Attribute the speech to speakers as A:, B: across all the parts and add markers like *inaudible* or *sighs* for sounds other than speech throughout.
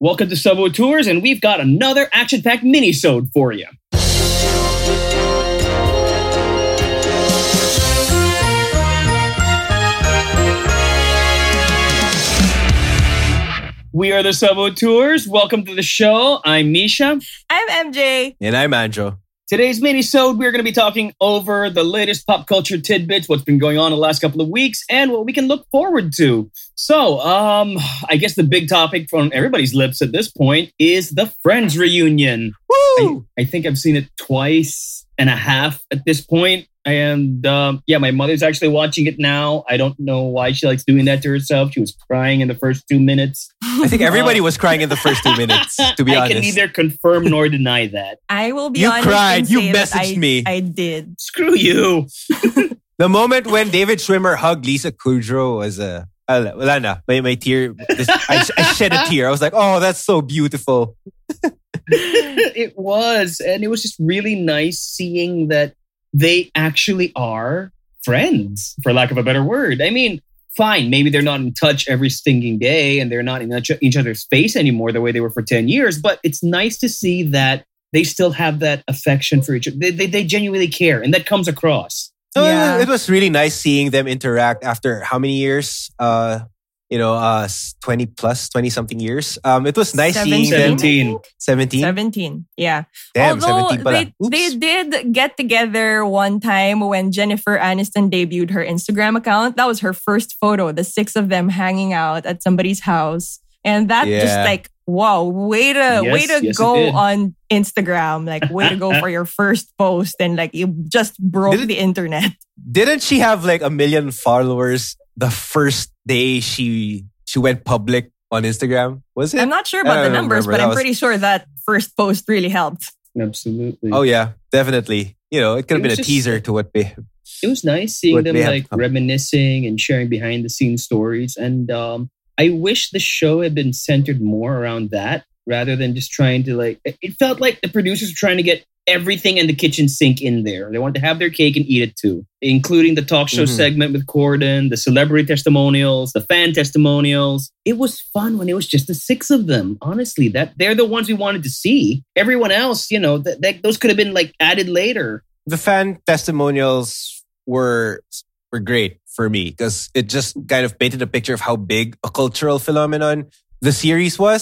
A: Welcome to Subway Tours, and we've got another action-packed mini-sode for you. We are the Subway Tours. Welcome to the show. I'm Misha.
B: I'm MJ.
C: And I'm Andrew.
A: Today's mini-sode, we're going to be talking over the latest pop culture tidbits, what's been going on the last couple of weeks, and what we can look forward to. So, um, I guess the big topic from everybody's lips at this point is the Friends reunion. I,
C: Woo!
A: I think I've seen it twice and a half at this point. And um, yeah, my mother's actually watching it now. I don't know why she likes doing that to herself. She was crying in the first two minutes.
C: I think everybody was crying in the first two
B: *laughs*
C: minutes, to be
A: *laughs* I
C: honest.
A: can neither confirm nor deny that.
B: I will be
C: You
B: honest.
C: cried.
B: and
C: You
B: say that
C: messaged
B: I-
C: me.
B: I did.
A: Screw you.
C: the moment when David Schwimmer hugged Lisa Kudrow was a. Uh, wala na. My, my tear. This, I, I shed a tear. I was like, oh, that's so beautiful.
A: *laughs* it was. And it was just really nice seeing that they actually are friends, for lack of a better word. I mean, fine, maybe they're not in touch every stinging day and they're not in each- each other's face anymore the way they were for 10 years, but it's nice to see that they still have that affection for each other. They, they, they genuinely care, and that comes across.
C: So it
B: Yeah.
C: was- it was really nice seeing them interact after how many years? Uh, you know, uh, s- 20 plus, 20 something years. Um, it was nice seeing them.
A: 17.
C: 17?
B: 17. Yeah.
C: Damn,
B: Although
C: 17 pala.
B: they, they
C: Oops.
B: did get together one time when Jennifer Aniston debuted her Instagram account. That was her first photo, the six of them hanging out at somebody's house. And that just
C: Yeah.
B: like, wow, way to way
A: Yes,
B: to
A: yes, it
B: go
A: did.
B: on Instagram. Like way to go for your first post and like you just broke
C: Did it-
B: the internet.
C: Didn't she have like a million followers the first day she she went public on Instagram? Was it?
B: I'm not sure
C: I
B: about the
C: don't
B: numbers,
C: remember.
B: but
C: That
B: I'm
C: was-
B: pretty sure that first post really helped.
A: Absolutely.
C: Oh yeah, definitely. You know, it could
A: It
C: have been a
A: was just-
C: teaser to what they.
A: it was nice seeing
C: What
A: them
C: they have
A: like
C: come-
A: reminiscing and sharing behind the scenes stories and um i wish the show had been centered more around that rather than just trying to like it- it felt like the producers were trying to get everything in the kitchen sink in there they wanted to have their cake and eat it too including the talk show
C: Mhm.
A: segment with corden the celebrity testimonials the fan testimonials it was fun when it was just the six of them honestly that they're the ones we wanted to see everyone else you know that that those could have been like added later
C: The fan testimonials were were great for me because it just kind of painted a picture of how big a cultural phenomenon the series was.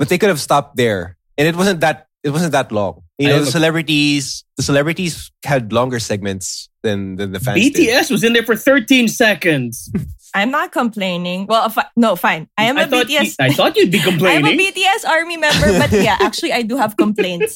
C: But they could have stopped there, and it wasn't that it wasn't that long.
A: I
C: You know,
A: have
C: the
A: a-
C: celebrities the celebrities had longer segments than than the fans. did.
A: BTS was in there for 13 seconds.
B: I'm not complaining. Well, fi- no, fine. I am a
A: thought
B: BTS.
A: You, I thought
B: *laughs*
A: you'd be
B: I'm a
A: complaining.
B: BTS army member, but
C: *laughs*
B: yeah, actually, I do have complaints.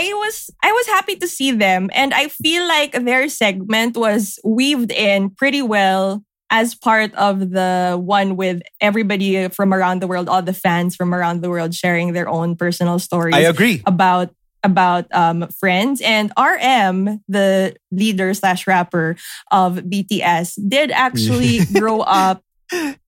B: I was I was happy to see them, and I feel like their segment was weaved in pretty well as part of the one with everybody from around the world, all the fans from around the world sharing their own personal stories.
C: I agree.
B: about about um, friends and RM, the leader slash rapper of BTS, did actually grow up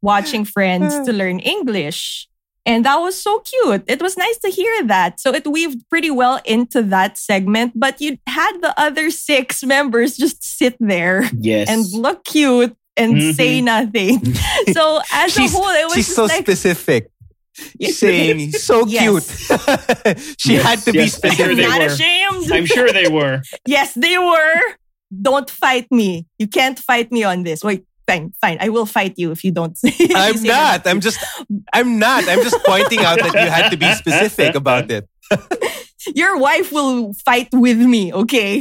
B: watching Friends to learn English, and that was so cute. It was nice to hear that. So it weaved pretty well into that segment, but you had the other six members just sit there
A: yes.
B: and look cute and say nothing. So as a
C: She's-
B: whole, it was
C: She's
B: just
C: so
B: like
C: specific.
B: *laughs*
C: Saying so
B: Yes.
C: cute. *laughs* she
A: Yes,
C: had to be
A: yes, I hear
C: specific.
A: they
B: not
A: were.
B: ashamed.
A: *laughs* I'm sure they were.
B: Yes, they were. Don't fight me. You can't fight me on this. Wait, fine, fine. I will fight you if you don't. *laughs* if you
C: I'm
B: say
C: not. I'm just. I'm not. I'm just pointing out that you had to
A: *laughs*
C: be specific about it.
B: Your wife will fight with me, okay?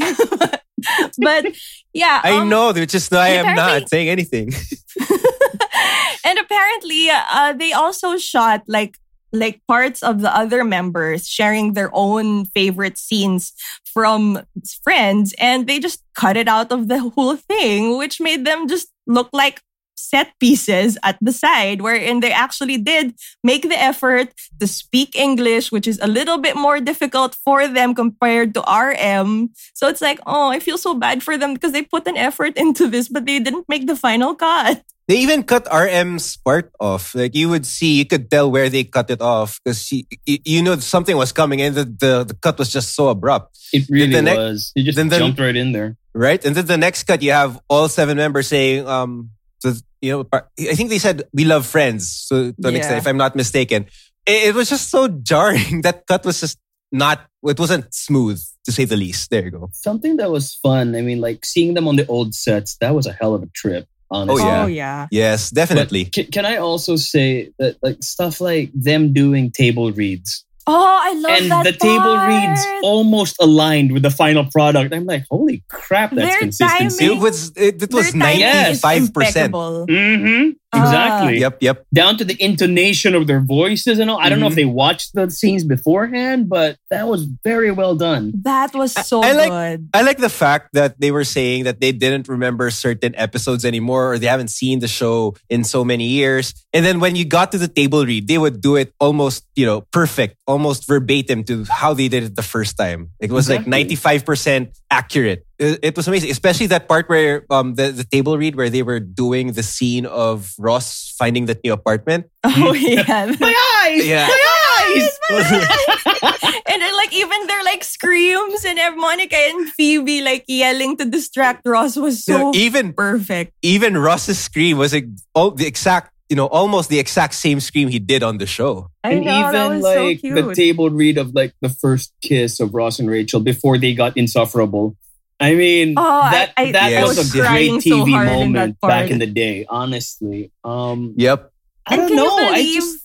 B: *laughs* but yeah,
C: I
B: um,
C: know, which is why I'm
B: apparently-
C: not saying anything.
B: *laughs* and apparently, uh, they also shot like like parts of the other members sharing their own favorite scenes from friends, and they just cut it out of the *laughs* whole thing, which made them just look like set pieces at the side, wherein they actually did make the effort to speak English, which is a little bit more difficult for them compared to RM. So it's like, oh, I feel so bad for them because they put an effort into this, but they didn't make the final cut.
C: They even cut RM's part off. Like you would see, you could tell where they cut it off because she, y- you know, something was coming, and the, the the cut was just so abrupt,
A: It really
C: The next-
A: was. You just
C: then the-
A: jumped right in there.
C: right? And then the next cut, you have all seven members saying, um, the, you know, par- I think they said we love friends. So to an
B: Yeah.
C: extent, if I'm not mistaken, it, it was just so *laughs* jarring. that cut was just not. It wasn't smooth to say the least. There you go.
A: Something that was fun. I mean, like seeing them on the old sets. That was a hell of a trip. Honestly.
C: Oh, yeah.
B: Oh yeah.
C: Yes, definitely.
A: Can, can I also say that like stuff like them doing table reads
B: Oh, I love
A: and
B: that.
A: the table
B: part.
A: reads almost aligned with the final product. I'm like, holy crap, that's
B: Their
A: consistency.
C: it was. It, it was
B: Their timing
C: ninety
B: is
C: five percent.
B: impeccable.
A: Mm-hmm.
B: Ah.
A: Exactly.
C: Yep, yep.
A: Down to the intonation of their voices and all. I don't know if
C: Mhm.
A: they watched the scenes beforehand, but that was very well done.
B: That was so
C: I like-
B: good. *laughs*
C: I like the fact that they were saying that they didn't remember certain episodes anymore, or they haven't seen the show in so many years. And then when you got to the table read, they would do it almost, you know, perfect, almost verbatim to how they did it the first time. It was like
A: Exactly.
C: ninety five percent accurate. It, it was amazing, especially that part where um the, the table read where they were doing the scene of Ross finding the new apartment.
B: Oh yeah.
A: *laughs* My eyes!
C: Yeah.
A: My eyes!
B: and then like even their like screams and ev- Monica and Phoebe like yelling to distract Ross was
C: You know,
B: so
C: even
B: perfect.
C: even Ross's scream was like, oh, the exact, you know, almost the exact same scream he did on the show.
B: I
A: and
B: know that
A: even
B: was
A: like
B: so
A: the
B: cute.
A: table read of like the first kiss of Ross and Rachel before they got insufferable. I mean,
B: Oh, I-
A: that
B: I-
A: that
C: I
A: was,
C: was
A: a great
B: crying so
A: TV
B: hard in that
A: moment back
B: part.
A: in the day. Honestly, um,
C: Yep.
A: I
B: And
A: don't
B: can
A: know.
B: You believe,
A: I just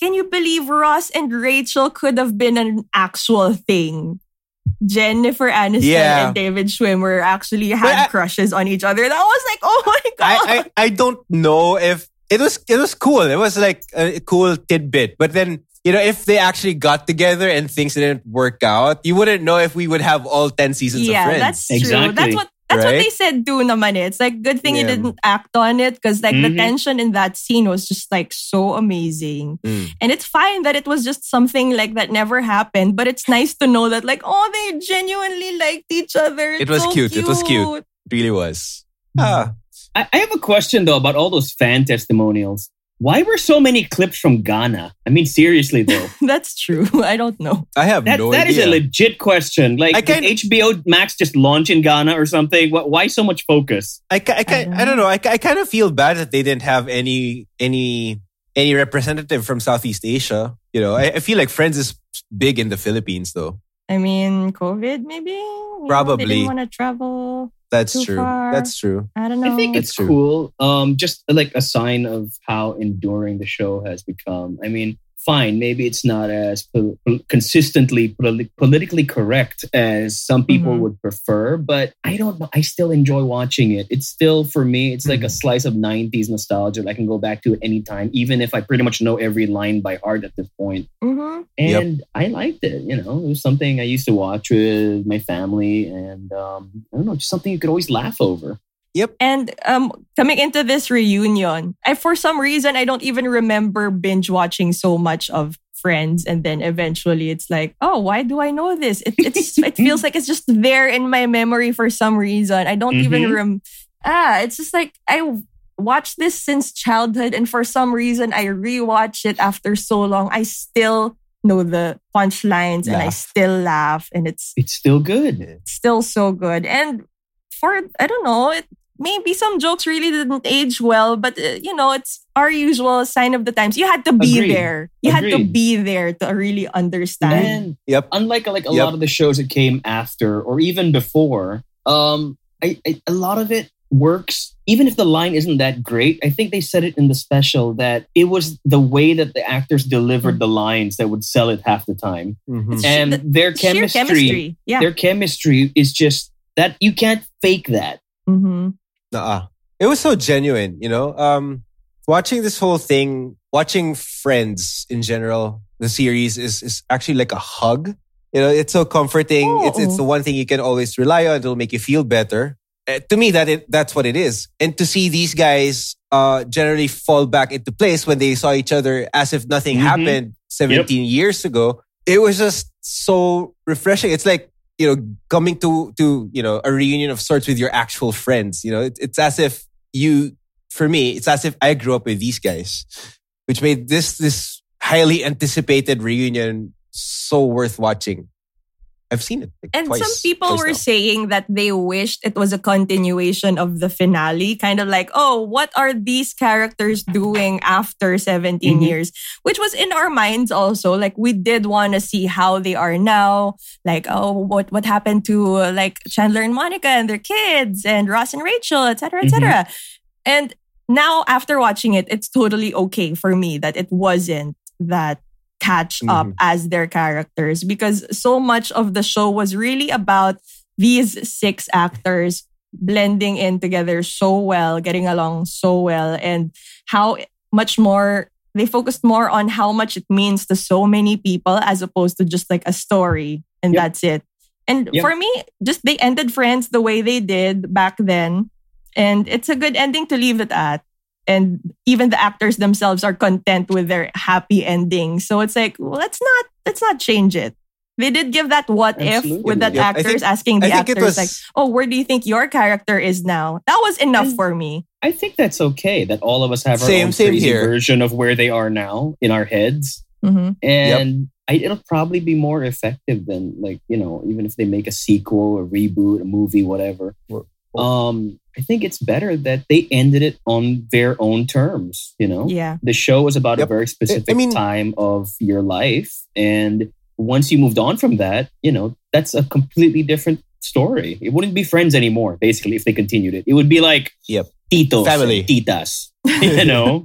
B: can you believe Ross and Rachel could have been an actual thing? Jennifer Aniston
C: Yeah.
B: and David Schwimmer actually had
C: I-
B: crushes on each other. That was like, oh my god! *laughs*
C: I, I, I don't know if it was, it was cool. It was like a cool tidbit. But then, you know, if they actually got together and things didn't work out, you wouldn't know if we would have all 10 seasons
B: yeah,
C: of Friends.
B: that's true.
A: Exactly.
B: That's what that's what
C: Right?
B: they said. Do naman eh. It's like good thing you
C: Yeah.
B: didn't act on it because like the
A: Mhm.
B: tension in that scene was just like so amazing.
C: Mm.
B: And it's fine that it was just something like that never happened, but it's nice to know that like oh they genuinely liked each other. It's
C: It was
B: so
C: cute. It was cute. It really was. Ah,
A: I, I have a question though about all those fan testimonials. Why were so many clips from Ghana? I mean, seriously though,
B: *laughs* That's true. *laughs* I don't know.
C: I have
A: that,
C: no
A: that is
C: idea.
A: a legit question.
C: I
A: Like, did
C: kinda-
A: HBO Max just launch in Ghana or something? Wh- Why so much focus?
C: I, ki- I, ki-
B: I
C: I,
B: don't
C: don't know. I, ki- I kind of feel bad that they didn't have any any any representative from Southeast Asia. You know, I, I feel like Friends is big in the Philippines, though.
B: I mean, COVID maybe. You know, they
C: Probably.
B: didn't want to travel.
C: That's
B: Too
C: true.
B: far.
C: That's true.
B: I don't know.
A: I think it's
C: That's true.
A: cool. Um, just like a sign of how enduring the show has become. I mean, fine, maybe it's not as pol- pol- consistently poli- politically correct as some people
C: Mm-hmm.
B: Mhm.
A: would prefer, but I don't know. I still enjoy watching it. It's still, for me, it's like a
C: Mm.
A: slice of 90s nostalgia that I can go back to at any time, even if I pretty much know every line by heart at this point.
B: Mhm.
C: Yep.
A: And I liked it. You know, it was something I used to watch with my family, and um, I don't know, just something you could always laugh over.
B: And um, coming into this reunion, I for some reason I don't even remember binge watching so much of Friends, and then eventually it's like, oh, why do I know this? It, it's it feels like it's just there in my memory for some reason. I don't even
A: Mhm.
B: rem. Ah, it's just like I watched this since childhood, and for some reason I rewatch it after so long. I still know the punchlines, and I
C: Laugh.
B: still laugh, and it's
A: It's still good.
B: still so good. And for I don't know, it, maybe some jokes really didn't age well, but uh, you know, it's our usual sign of the times. You had to be
A: Agreed.
B: there. You had to
A: Agreed.
B: be there to really understand.
A: And
C: Yep.
A: unlike like a
C: Yep.
A: lot of the shows that came after or even before, um, I, I, a lot of it works. Even if the line isn't that great, I think they said it in the special that it was the way that the actors delivered the lines that would sell it half the time,
C: Mhm.
B: Mm. Sh-
A: and
B: the-
A: their
B: Sheer
A: chemistry,
B: chemistry. Yeah.
A: their chemistry is just that you can't fake that.
B: hmm
C: Nuh-uh. It was so genuine, you know. Um, watching this whole thing, watching Friends in general, the series is is actually like a hug. You know, it's so comforting. It's it's
B: Oh.
C: the one thing you can always rely on. It'll make you feel better. Uh, to me, that it, that's what it is. And to see these guys uh, generally fall back into place when they saw each other as if nothing
A: Mhm.
C: happened seventeen years ago, it was just so refreshing. It's like you know coming to to you know a reunion of sorts with your actual friends you know it, it's as if you for me it's as if i grew up with these guys which made this this highly anticipated reunion so worth watching I've seen it. like,
B: And
C: twice,
B: some people
C: twice
B: were
C: now.
B: saying that they wished it was a continuation of the finale, kind of like, oh, what are these characters doing after 17
C: Mm-hmm.
A: Mhm.
B: years? Which was in our minds also. Like, we did want to see how they are now. Like, oh, what, what happened to uh, like Chandler and Monica and their kids and Ross and Rachel, et cetera, et
C: Mm-hmm.
A: Mhm.
B: cetera. And now after watching it, it's totally okay for me that it wasn't that catch up
C: Mhm.
B: as their characters because so much of the show was really about these six actors blending in together so well, getting along so well, and how much more they focused more on how much it means to so many people as opposed to just like a story and
A: Yep.
B: that's it. And
A: Yep.
B: for me, just they ended Friends the way they did back then. And it's a good ending to leave it at. And even the actors themselves are content with their happy ending. So it's like, well, let's not let's not change it. They did give that what if
A: Absolutely.
B: with that
C: Yep. I
B: actors
C: think-
B: asking the
C: I think
B: actors
C: it was.
B: like, oh, where do you think your character is now? That was enough
A: And-
B: for me.
A: I think that's okay that all of us have our
C: Same-
A: own
C: same
A: crazy
C: here.
A: version of where they are now in our heads.
B: hmm
A: And I, it'll probably be more effective than like, you know, even if they make a sequel, a reboot, a movie, whatever.
C: Well, well-
A: Um, I think it's better that they ended it on their own terms, you
C: Oh.
A: know?
B: Yeah.
A: the show was about a
C: Yep.
A: very specific
C: mean-
A: time of your life and once you moved on from that you know that's a completely different story it wouldn't be friends anymore basically if they continued it it would be like
C: Yep.
A: titos
C: Family.
A: family titas *laughs* you know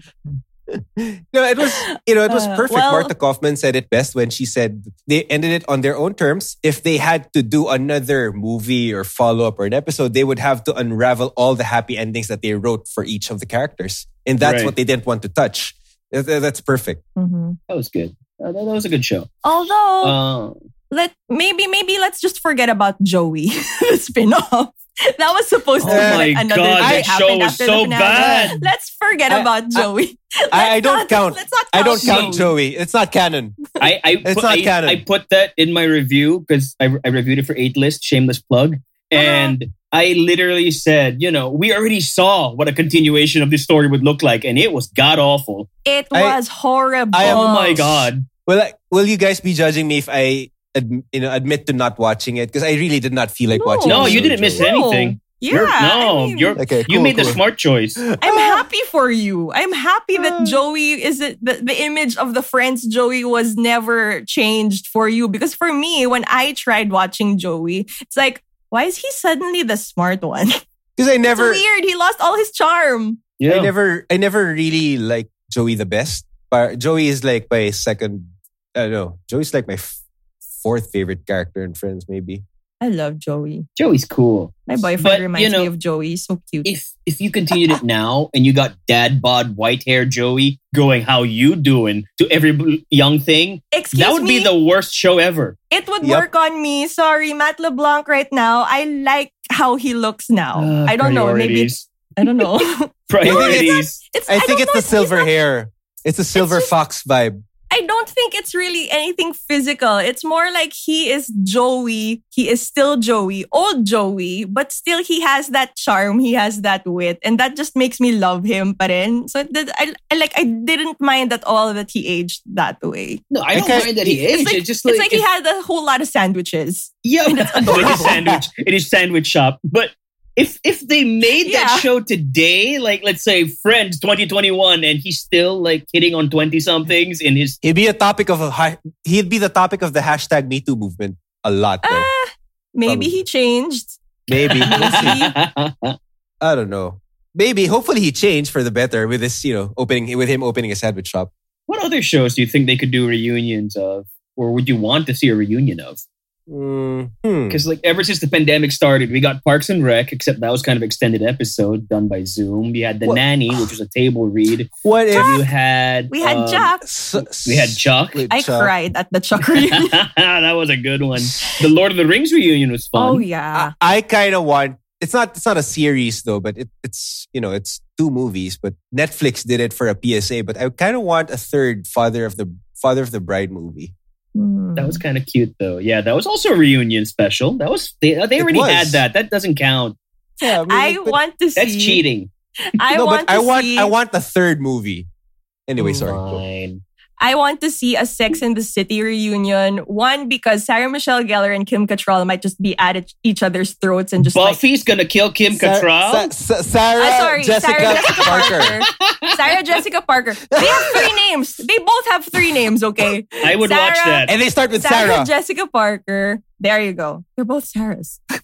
C: No,
B: *laughs*
C: it was you know it was
B: Uh,
C: perfect.
B: well-
C: Martha Kaufman said it best when she said they ended it on their own terms. If they had to do another movie or follow up or an episode, they would have to unravel all the happy endings that they wrote for each of the characters, and that's
A: Right.
C: what they didn't want to touch. Th- th- That's perfect.
B: hmm
A: that was good Uh, that, that was a good show
B: Although
A: uh,
B: let maybe maybe let's just forget about Joey *laughs* the spin-off. That was supposed to be
C: Oh
B: like
A: my
B: another
A: God,
B: day
A: that
B: happened
A: show was
B: after the
A: so
B: finale.
A: bad.
B: Let's forget
C: I-
B: about Joey. Let's
C: I, I don't
B: not-
C: count.
B: Let's not
C: I
B: count
C: don't count
B: Joey.
C: Joey. It's not canon.
A: I, I,
C: *laughs* It's
A: put,
C: not
A: I,
C: canon.
A: I put that in my review because I, I reviewed it for Eight List, shameless plug, and I literally said, you know, we already saw what a continuation of this story would look like, and it was god awful.
B: It
C: I-
B: was horrible.
C: I am-
A: Oh my god.
C: Will I, will you guys be judging me if I adm, you know admit to not watching it because I really did not feel like
B: No.
C: watching.
A: No,
C: this
A: you
C: show,
A: didn't miss
C: Joey.
B: No.
A: anything.
B: Yeah.
A: You're- no,
B: I mean,
A: you're-
C: Okay,
A: you
C: cool,
A: made the
C: cool.
A: smart choice.
B: I'm
C: Ah. *laughs*
B: happy for you. I'm happy that
C: Ah.
B: Joey is it, the, the image of the friends Joey was never changed for you. Because for me, when I tried watching Joey, it's like, why is he suddenly the smart one?
C: because I never.
B: it's weird. He lost all his charm.
A: Yeah.
C: I never I never really like Joey the best. But Joey is like my second I don't know. Joey's like my f- fourth favorite character in Friends maybe.
B: I love Joey.
A: Joey's cool.
B: My boyfriend
A: But, you
B: reminds me
A: know-
B: of Joey. So cute.
A: If if you continued it now and you got dad bod white hair Joey going how you doing to every bl- young thing,
B: Excuse
A: that would
B: me.
A: be the worst show ever.
B: it would
C: Yep.
B: work on me. Sorry, Matt LeBlanc. Right now, I like how he looks now.
A: Ah,
B: Oh, I don't know. Maybe it's-
A: priorities.
B: I don't
A: *laughs*
B: know.
A: priorities.
B: it's
C: I,
B: don't
C: think it's
B: know
C: the
B: if he's
C: silver hair. It's a silver
B: just-
C: fox vibe.
B: I don't think it's really anything physical. It's more like he is Joey. He is still Joey, old Joey, but still he has that charm. He has that wit, and that just makes me love him. But then, so that I, I like I didn't mind at all that he aged that way.
A: No, I don't
C: Okay.
A: mind that he aged.
B: like-
A: it's just like,
B: it's *laughs* like he had a whole lot of sandwiches.
A: yeah, with
B: *laughs* adorable.
A: his sandwich in his sandwich shop. But if if they made
B: Yeah.
A: that show today, like let's say Friends 2021, and he's still like hitting on 20 somethings in
B: *laughs*
A: his
C: He'd be a topic of a ha- he'd be the topic of the hashtag Me Too movement a lot though.
B: Ah, maybe he changed.
A: *laughs*
C: Maybe. We'll see.
A: yeah,
C: I don't know. Maybe hopefully he changed for the better with this, you know, opening with him opening a sandwich shop.
A: What other shows do you think they could do reunions of, or would you want to see a reunion of?
C: Mm,
A: Because like ever since the pandemic started, we got Parks and Rec, except that was kind of extended episode done by Zoom. You had the
C: What-
A: nanny, which was a table read.
C: What if
A: You had
B: We had
A: um,
B: Jack.
C: S-
A: We had Chuck.
C: with
B: I
C: Chuck.
B: cried at the Chuck reunion.
A: *laughs* that was a good one. The Lord of the Rings reunion was fun.
B: oh
C: I,
B: yeah.
C: I kind of want. It's not. It's not a series though, but it, it's you know it's two movies. But Netflix did it for a PSA. But I kind of want a third Father of the Father of the Bride movie.
B: Hmm.
A: That was kind of cute though. Yeah, that was also a reunion special. That was they, uh, they
C: It
A: already
C: was.
A: had that. That doesn't count.
C: Yeah, mean,
B: I
C: but-
B: want to see.
A: That's cheating.
B: I
C: no,
B: want
C: but
B: to
C: I want.
B: see.
C: Oh I want the third movie. Anyway, sorry.
A: Fine.
B: I want to see a Sex in the City reunion. One, because Sarah Michelle Gellar and Kim Cattrall might just be at each- each other's throats and just like,
A: Buffy's gonna kill Kim Cattrall.
C: Sa- Sa- Sarah,
B: I'm sorry,
C: Jessica,
B: Sarah Jessica
C: Parker.
B: Parker. Sarah Jessica Parker. They have three names. They both have three names, okay?
A: I would watch
B: Sarah-
A: that.
C: And they start with
B: Sarah,
C: Sarah.
B: Jessica Parker. There you go. They're both Sarahs. *laughs*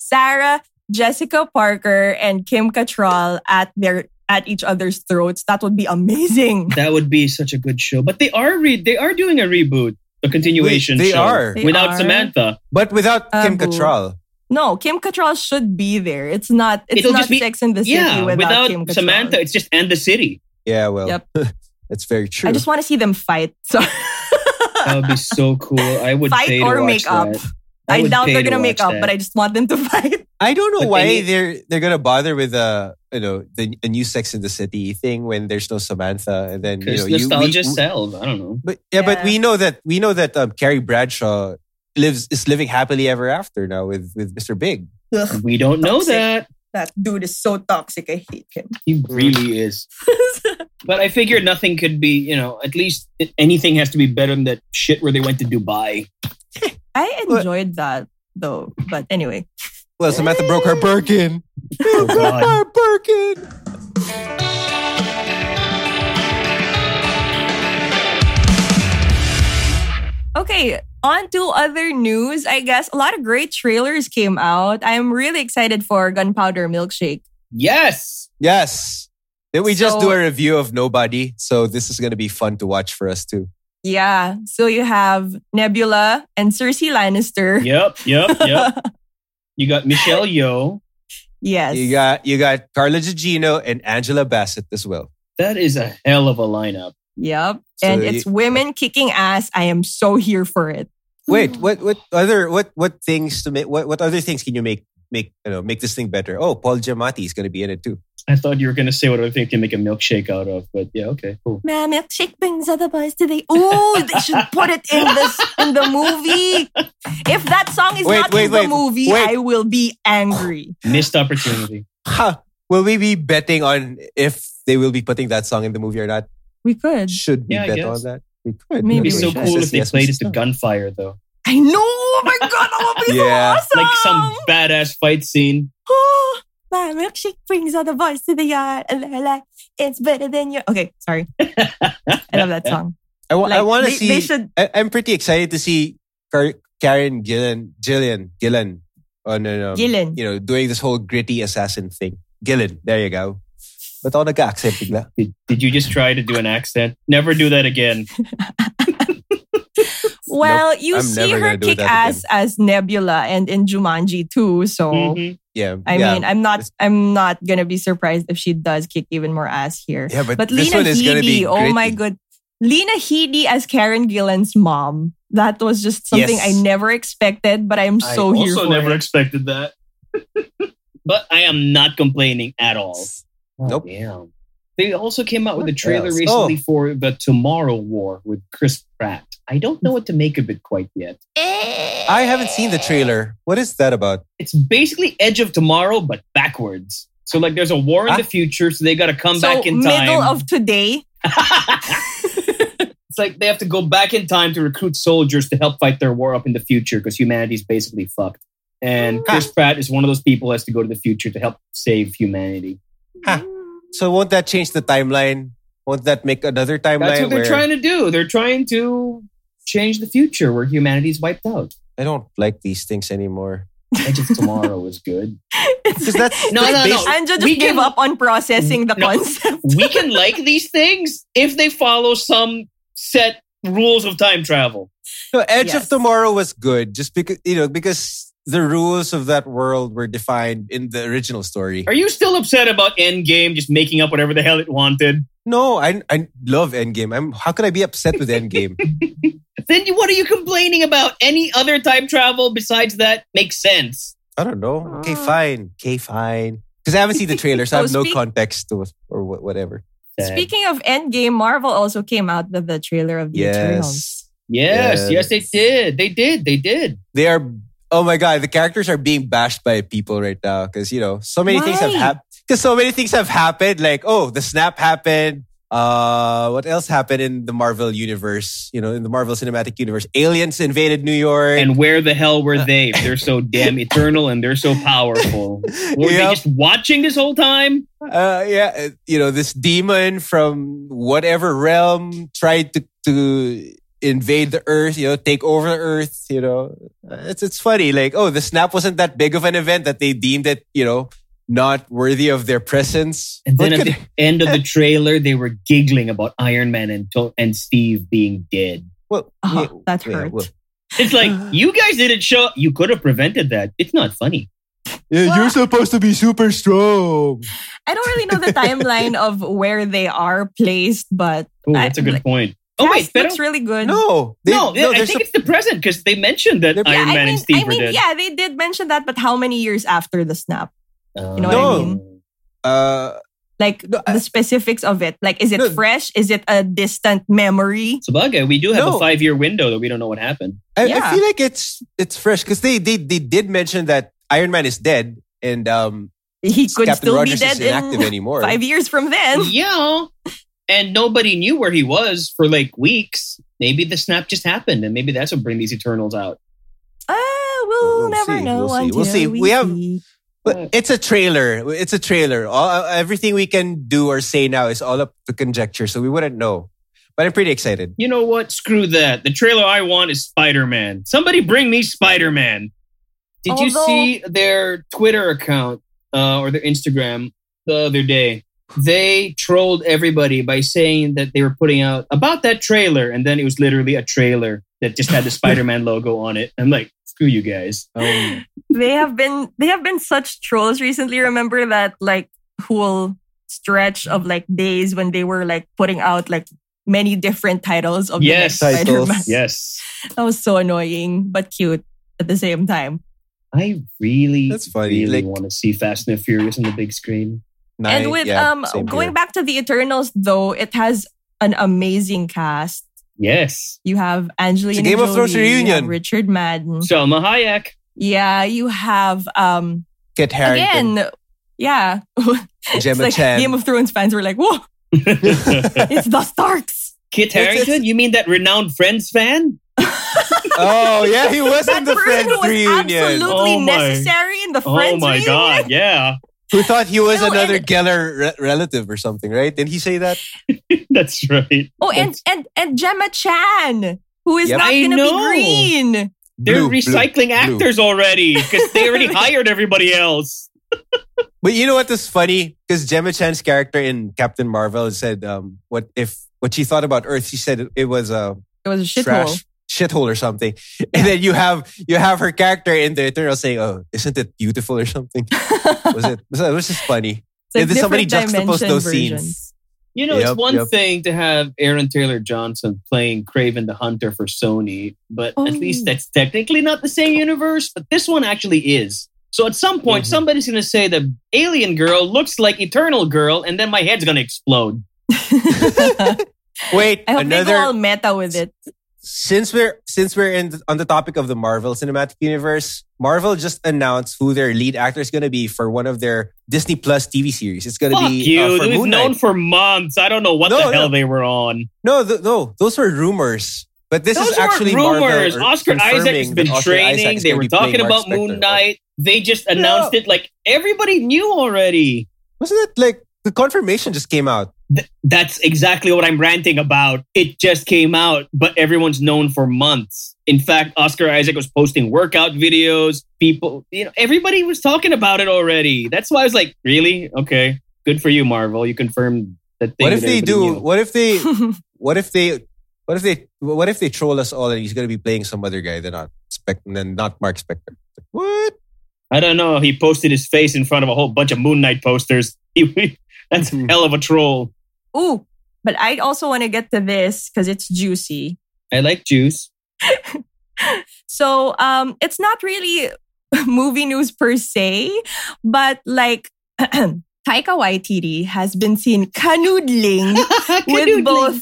B: Sarah, Jessica Parker, and Kim Cattrall at their at each other's throats. That would be amazing.
A: That would be such a good show. But they are re- they are doing a reboot, a continuation.
C: Wait, they
A: show
C: are. They
A: without
B: are.
A: Samantha.
C: but without
B: Uh,
C: Kim
B: boo.
C: Cattrall.
B: No, Kim Cattrall should be there. It's not. It's
A: It'll
B: not
A: just be-
B: Sex in the City
A: Yeah,
B: without,
A: without,
B: Kim Cattrall.
A: Samantha, it's just and the city.
C: Yeah, well,
B: Yep.
C: *laughs* that's very true.
B: I just want to see them fight. *laughs* So
A: That would be
B: *laughs*
A: so cool. I would
B: fight
A: pay to
B: or
A: watch
B: make up.
A: that.
B: I,
A: would
B: doubt
A: pay
B: they're
A: to
B: gonna make
A: watch
B: up,
A: that.
B: but I just want them to *laughs* fight.
C: I don't know
A: But
C: why
A: they need-
C: they're they're gonna bother with uh you know the a new Sex in the City thing when there's no Samantha and then you know
A: Because
C: you
A: nostalgia
C: we-
A: sells. I don't know.
C: But yeah, but
B: Yeah.
C: we know that we know that um, Carrie Bradshaw lives is living happily ever after now with with Mr. Big.
A: We don't know
B: Toxic.
A: that.
B: That dude is so toxic. I hate him.
A: He really
B: *laughs*
A: is. But I figured nothing could be, you know, at least it- anything has to be better than that shit where they went to Dubai.
B: I
C: But-
B: enjoyed that though. But anyway.
C: Well, Samantha broke her
A: *laughs*
C: Birkin. broke
A: Oh, God.
C: her Birkin.
B: Okay, on to other news. I guess a lot of great trailers came out. I'm really excited for Gunpowder Milkshake.
A: Yes.
C: Yes. Then we just
B: So-
C: do a review of Nobody, so this is gonna be fun to watch for us too.
B: Yeah, so you have Nebula and Cersei Lannister.
A: Yep. Yep.
B: *laughs*
A: Yep. you got Michelle Yeoh.
B: yes.
C: You got you got Carla Gugino and Angela Bassett as well.
A: That is a hell of a lineup.
B: Yep.
C: So
B: and
C: you-
B: it's women kicking ass. I am so here for it.
C: Wait,
B: Hmm.
C: what what other what what things to make what, what other things can you make make you know make this thing better? Oh, Paul Giamatti is gonna be in it too.
A: I thought you were going to say what other thing can make a milkshake out of, but yeah, okay,
B: *laughs*
A: cool.
B: Man, milkshake brings other boys to the. Oh, they should put it in this in the movie. If that song is
C: Wait,
B: not
C: wait,
B: in the
C: wait,
B: movie,
C: wait.
B: I will be angry.
A: Missed opportunity.
C: Ha! Will we be betting on if they will be putting that song in the movie or not?
B: We could.
C: Should we
A: Yeah, I
C: bet
A: guess.
C: on that? We could.
B: Maybe
A: It'd be so
B: we should.
A: cool if
C: Yes,
A: they
C: yes, we
A: played it
C: should.
A: to gunfire, though.
B: I know. Oh my god, that would be
C: Yeah.
B: so awesome.
A: Like some badass fight scene.
B: Oh, my milkshake brings all the boys to the yard. And they're like, it's better than your. Okay, sorry. I love
A: *laughs*
B: that song.
C: I, wa- I
B: Like,
C: want to
B: they- They
C: see.
B: should.
C: I, I'm pretty excited to see Car- Karen Gillan, Gillan, Gillan, on um,
B: Gillan.
C: you know, doing this whole gritty assassin thing. Gillan, there you go. But on nag-accent bigla.
A: Did, did you just try to do an accent? Never do that
B: *laughs*
A: again.
B: Well, you
C: I'm
B: see
C: never
B: her
C: gonna do
B: kick
C: that
B: ass as Nebula and in Jumanji too. So
A: Mhm.
C: Yeah,
B: I
C: yeah.
B: mean, I'm not. I'm not gonna be surprised if she does kick even more ass here.
C: yeah, but,
B: But
C: this
B: Lena
C: one is gonna be
B: Headey, oh my
C: gritty.
B: good. Lena Headey as Karen Gillan's mom. That was just something
C: Yes.
B: I never expected, but I'm
A: I
B: so here
A: also
B: for
A: never
B: it.
A: expected that. *laughs* but I am not complaining at all. Oh,
C: Nope.
A: Damn. They also came out with a
C: What
A: trailer
C: else?
A: recently
C: Oh.
A: for the Tomorrow War with Chris Pratt. I don't
B: Mm.
A: know what to make of it quite yet.
C: I haven't seen the trailer. What is that about?
A: It's basically Edge of Tomorrow, but backwards. So like, there's a war in
C: Huh?
A: the future, so they got to come
B: Ah. so
A: back in time.
B: middle of *laughs* today.
A: *laughs* it's like they have to go back in time to recruit soldiers to help fight their war up in the future because humanity's basically fucked. And
B: Ah.
A: Chris Pratt is one of those people who has to go to the future to help save humanity.
C: Ha. So won't that change the timeline? Won't that make another timeline?
A: That's what they're
C: where-
A: trying to do. They're trying to change the future where humanity's wiped out.
C: I don't like these things anymore.
A: Edge of Tomorrow was good.
B: It's
C: Because
A: *laughs*
C: that's
A: No,
C: like
A: no, no.
C: based-
B: *laughs* Anja just
A: We
B: gave
A: can-
B: up on processing the
A: No. *laughs*
B: concept.
A: We can like these things if they follow some set rules of time travel.
C: No, Edge
B: Yes.
C: of Tomorrow was good, just because you know because the rules of that world were defined in the original story.
A: Are you still upset about Endgame just making up whatever the hell it wanted?
C: No, I I love Endgame. I'm how could I be upset with Endgame? *laughs*
A: Then you, what are you complaining about? Any other time travel besides that makes sense.
C: I don't know. Okay, fine. Okay, fine. Because I haven't seen the trailer, so
A: *laughs*
C: I
B: Oh,
C: have no
B: speak-
C: context to or wha- whatever.
B: Speaking of Endgame, Marvel also came out with the trailer of the Eternals.
C: Yes,
A: yes, yes,
C: Yes.
A: they did. They did. They did.
C: they are. Oh my god, the characters are being bashed by people right now because you know so many things have
B: Why?
C: happened. Because so many things have happened. Like oh, the snap happened. Uh, what else happened in the Marvel universe? You know, in the Marvel Cinematic Universe, aliens invaded New York.
A: And where the hell were they? They're so damn eternal and they're so
B: *laughs*
A: powerful. Were they
C: Yep.
A: just watching this whole time?
C: uh, yeah, uh, you know, this demon from whatever realm tried to, to invade the earth, you know, take over the earth, you know. Uh, It's, it's funny. Like, oh, the snap wasn't that big of an event that they deemed it, you know, not worthy of their presence.
A: And then
C: What
A: at
C: could-
A: the end of the trailer, they were giggling about Iron Man and to- and Steve being dead.
C: well,
A: Ah,
B: Oh,
C: yeah,
B: that
C: yeah,
B: hurt.
C: well,
A: It's
B: *sighs*
A: like you guys didn't show. You could have prevented that. It's not funny.
C: yeah,
B: Well-
C: you're supposed to be super strong.
B: I don't really know
C: *laughs*
B: the timeline of where they are placed, but
A: Oh,
B: I-
A: that's a good
B: like,
A: point. Oh wait,
B: cast
A: pero,
B: looks really good.
C: No, they-
A: no, I
C: they're
A: think it's the present because they mentioned that
C: They're-
A: Iron
B: I
A: Man
B: mean,
A: and Steve
B: I mean,
A: were dead.
B: yeah, they did mention that, but how many years after the snap? You know
C: what I No. mean? uh,
B: Like
C: No, I-
B: the specifics of it. Like, is it
C: No.
B: fresh? Is it a distant memory?
A: Sabagay, we do have
C: No.
A: a five-year window that we don't know what happened.
C: I, I
B: Yeah.
C: feel like it's it's fresh because they, they they did mention that Iron Man is dead and um
B: He could
C: Captain
B: still
C: Rogers
B: be dead
C: is inactive
B: in
C: anymore.
B: five years from then.
A: yeah. And nobody knew where he was for like weeks. Maybe the snap just happened, and maybe that's what bring these Eternals out.
B: Uh, we'll,
C: We'll
B: never
C: see,
B: know
C: we'll see,
B: until
C: we'll see.
B: we
C: We have-
B: see.
C: But it's a trailer. It's a trailer. All, everything we can do or say now is all up to conjecture, so we wouldn't know. But I'm pretty excited.
A: You know what? Screw that. The trailer I want is Spider Man. Somebody bring me Spider Man. Did you
B: Although-
A: see their Twitter account uh, or their Instagram the other day? They trolled everybody by saying that they were putting out about that trailer, and then it was literally a trailer that just had the Spider Man logo on it. I'm like, screw you guys.
C: *laughs* Um,
B: they have been they have been such trolls recently. Remember that like whole stretch of like days when they were like putting out like many different titles of
A: Yes.
B: the next
C: Titles,
B: Spider-Man.
A: Yes.
B: That was so annoying but cute at the same time.
A: I really,
C: That's funny,
A: really
C: like-
A: want to see Fast and the Furious on the big screen.
C: nine-
B: and with
C: yeah,
B: um
C: same
B: going
C: here.
B: back to the Eternals though, it has an amazing cast.
A: Yes.
B: You have Angelina
C: Game of Thrones
B: Jolie, you have
C: reunion.
B: Richard Madden.
A: Selma Hayek. *laughs*
B: Yeah, you have um
C: Kit Harington,
B: again. Yeah, *laughs* It's
C: Gemma
B: like
C: Chan.
B: Game of Thrones fans were like, "Whoa, it's the
C: *laughs*
B: Starks."
A: Kit
C: It's- it's-
A: Harington? You mean that renowned Friends fan?
C: *laughs* oh yeah, he was
B: That
C: in the
B: person
C: Friends
B: who was
C: reunion.
B: absolutely
A: Oh my-
B: necessary in the Friends
A: oh my
B: reunion.
A: god, yeah. *laughs*
C: Who thought he was
B: No,
C: another
B: and-
C: Geller re- relative or something? Right? Didn't he say that?
A: That's right.
B: Oh, and and and Gemma Chan, who is
C: Yep.
B: not
A: I
B: going to
A: know.
B: be green.
A: They're
C: Blue, blue,
A: recycling actors already because they *laughs* already hired everybody else.
C: But you know what is funny? Because Gemma Chan's character in Captain Marvel said, um, "What if what she thought about Earth?" She said it, it was uh, a
B: It was a shithole. *laughs*
C: trash shithole or something. And then you have you have her character in the Eternal saying, "Oh, isn't it beautiful or something?" Was
B: *laughs*
C: it? Was it was just funny.
B: It's like
C: Did somebody
B: different
C: juxtapose
B: dimension
C: those
B: versions.
C: scenes?
A: You know,
C: Yep,
A: it's one
C: yep.
A: thing to have Aaron Taylor Johnson playing Craven the Hunter for Sony, but
B: Oh.
A: at least that's technically not the same universe, but this one actually is. So at some point,
C: Mhm.
A: somebody's going to say the alien girl looks like Eternal Girl, and then my head's going to explode.
B: *laughs*
C: Wait,
B: I hope they
C: another
B: go all meta with it.
C: since we're since we're in on the topic of the Marvel Cinematic Universe, Marvel just announced who their lead actor is going to be for one of their Disney Plus TV series. It's going to
A: Fuck
C: be
A: you.
C: uh, for
A: We've
C: Moon Knight.
A: known for months. I don't know what
C: No,
A: the hell
C: no.
A: they were on.
C: No, th- no, those were rumors. But this
A: Those
C: is
A: weren't
C: actually
A: rumors.
C: Marvel
A: Oscar Isaac has
C: confirming
A: been
C: that Oscar
A: training.
C: Isaac's
A: they
C: gonna
A: were
C: be playing
A: talking
C: Mark
A: about
C: Spector.
A: Moon Knight. They just announced it like everybody knew already.
C: Wasn't it like the confirmation just came out?
A: Th- that's exactly what I'm ranting about. It just came out, but everyone's known for months. In fact, Oscar Isaac was posting workout videos. People, you know, everybody was talking about it already. That's why I was like, really? Okay, good for you, Marvel. You confirmed that thing.
C: What if
A: that
C: they
A: everybody
C: do?
A: knew.
C: What if they?
B: *laughs*
C: What if they? What if they? What if they troll us all and he's going to be playing some other guy? They're not Spect and then not Mark Spector. What?
A: I don't know. He posted his face in front of a whole bunch of Moon Knight posters. *laughs* that's
C: Hmm.
A: a hell of a troll.
B: Ooh, but I also want to get to this because it's juicy.
A: I like juice.
B: *laughs* So um, it's not really *laughs* movie news per se, but like *clears throat* Taika Waititi has been seen canoodling with both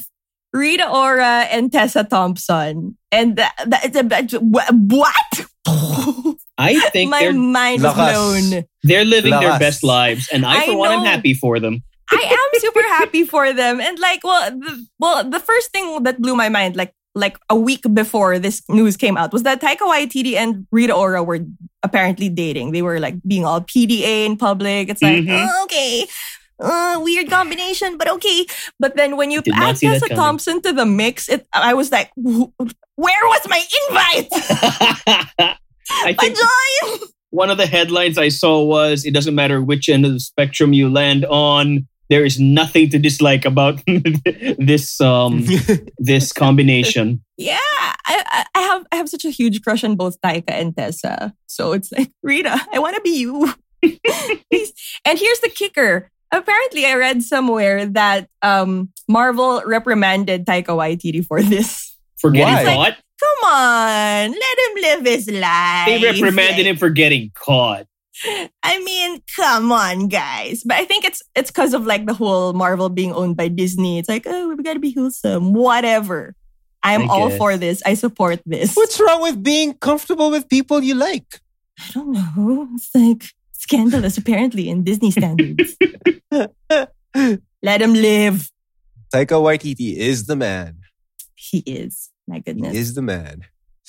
B: Rita Ora and Tessa Thompson, and that, that is a bit- wha- what? *laughs*
A: I think
B: My
A: they're
B: mind is
C: Lakas.
B: blown.
A: they're living their
C: Lakas.
A: best lives, and I,
B: I
A: for one, am
B: know.
A: happy for them. *laughs*
B: I am super happy for them. And like, well, the, well, the first thing that blew my mind, like, like a week before this news came out, was that Taika Waititi and Rita Ora were apparently dating. They were like being all PDA in public. It's like,
A: Mhm.
B: oh, okay, uh, weird combination, but okay. But then when you
A: Did not
B: add
A: see that
B: Tessa
A: coming.
B: Thompson to the mix, it, I was like, wh- where was my
A: *laughs*
B: invite?
A: I
B: My
A: think
B: joy!
A: one of the headlines I saw was it doesn't matter which end of the spectrum you land on. There is nothing to dislike about *laughs* this
B: *laughs*
A: um, this combination.
B: Yeah, I, I, I have I have such a huge crush on both Taika and Tessa. So it's like, *laughs* Rita, I want to be you. *laughs* Please. and here's the kicker. Apparently, I read somewhere that um, Marvel reprimanded Taika Waititi for this. *laughs*
A: For getting
C: Why?
A: caught,
B: Come on, let him live his life.
A: they reprimanded him for getting caught.
B: I mean, come on, guys. But I think it's it's because of like the whole Marvel being owned by Disney. It's like, oh, we gotta be wholesome. Whatever. I'm
A: I
B: all
A: guess.
B: for this. I support this.
C: *laughs* What's wrong with being comfortable with people you like?
B: I don't know. It's Oh, *laughs* like scandalous, apparently, in Disney
C: *laughs*
B: standards. Let him live.
C: Taika Waititi is the man.
B: He is. My
C: He
B: *sighs* goodness.
C: is the man.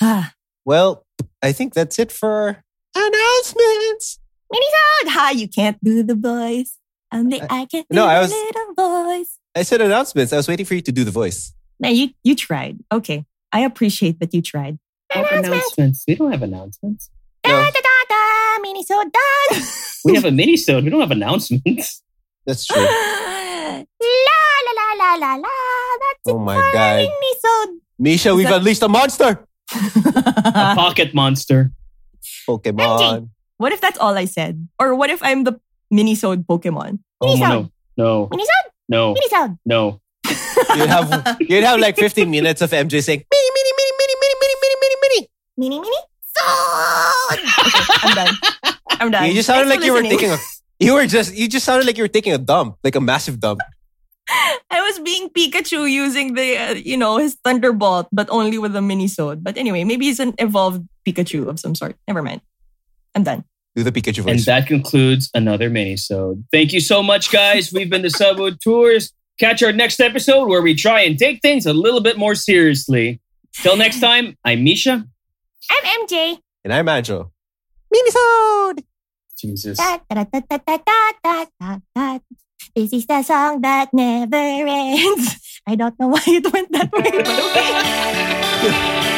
B: Ah,
C: Well, I think that's it for announcements.
B: Minnesota, hi, you can't do the voice. Only I can do
C: no, I
B: the
C: was-
B: little voice.
C: I said announcements. I was waiting for you to do the voice.
B: Man, you, you tried. Okay. I appreciate that you tried.
A: What announcements? We don't have announcements.
B: Da,
C: No.
B: da, da, da, Minnesota.
A: We have a mini We don't have announcements.
C: That's *laughs*
B: *laughs*
C: true.
B: la, la, la, la, la, la. That's
C: Oh my God.
B: Minnesota.
C: Misha,
B: Is
C: we've
B: that-
C: unleashed a monster.
B: *laughs* Uh.
A: A pocket monster.
C: Pokemon.
B: What if that's all I said? Or what if I'm the Minnesota Pokemon?
A: Oh
B: Mini-sound.
A: no, no,
B: Minnesota,
A: no,
B: Minnesota.
A: no.
C: You'd
B: *laughs*
C: have you'd have like 15 minutes of MJ saying mini mini mini mini mini mini mini mini
B: mini,
C: mini.
B: mini, sound.
C: *laughs*
B: Okay, I'm done. I'm done.
C: You just sounded
B: Thanks
C: like
B: for
C: you were
B: listening.
C: taking a you were just you just sounded like you were taking a dump, like a massive dump.
B: *laughs* I was being Pikachu using the, uh, you know, his Thunderbolt, but only with a Minnesota. But anyway, maybe he's an evolved Pikachu of some sort. Never mind. I'm done.
C: Do the Pikachu
A: And
C: voice.
A: that concludes another minisode. Thank you so much, guys. We've been the Subwood Tours. Catch our next episode where we try and take things a little bit more seriously. Till next time, I'm Misha.
B: I'm MJ.
C: and I'm Angelo. Minisode.
A: Jesus.
B: Da, da, da, da, da, da, da, da, da. This is the song that never ends. I don't know why it went that way, but okay.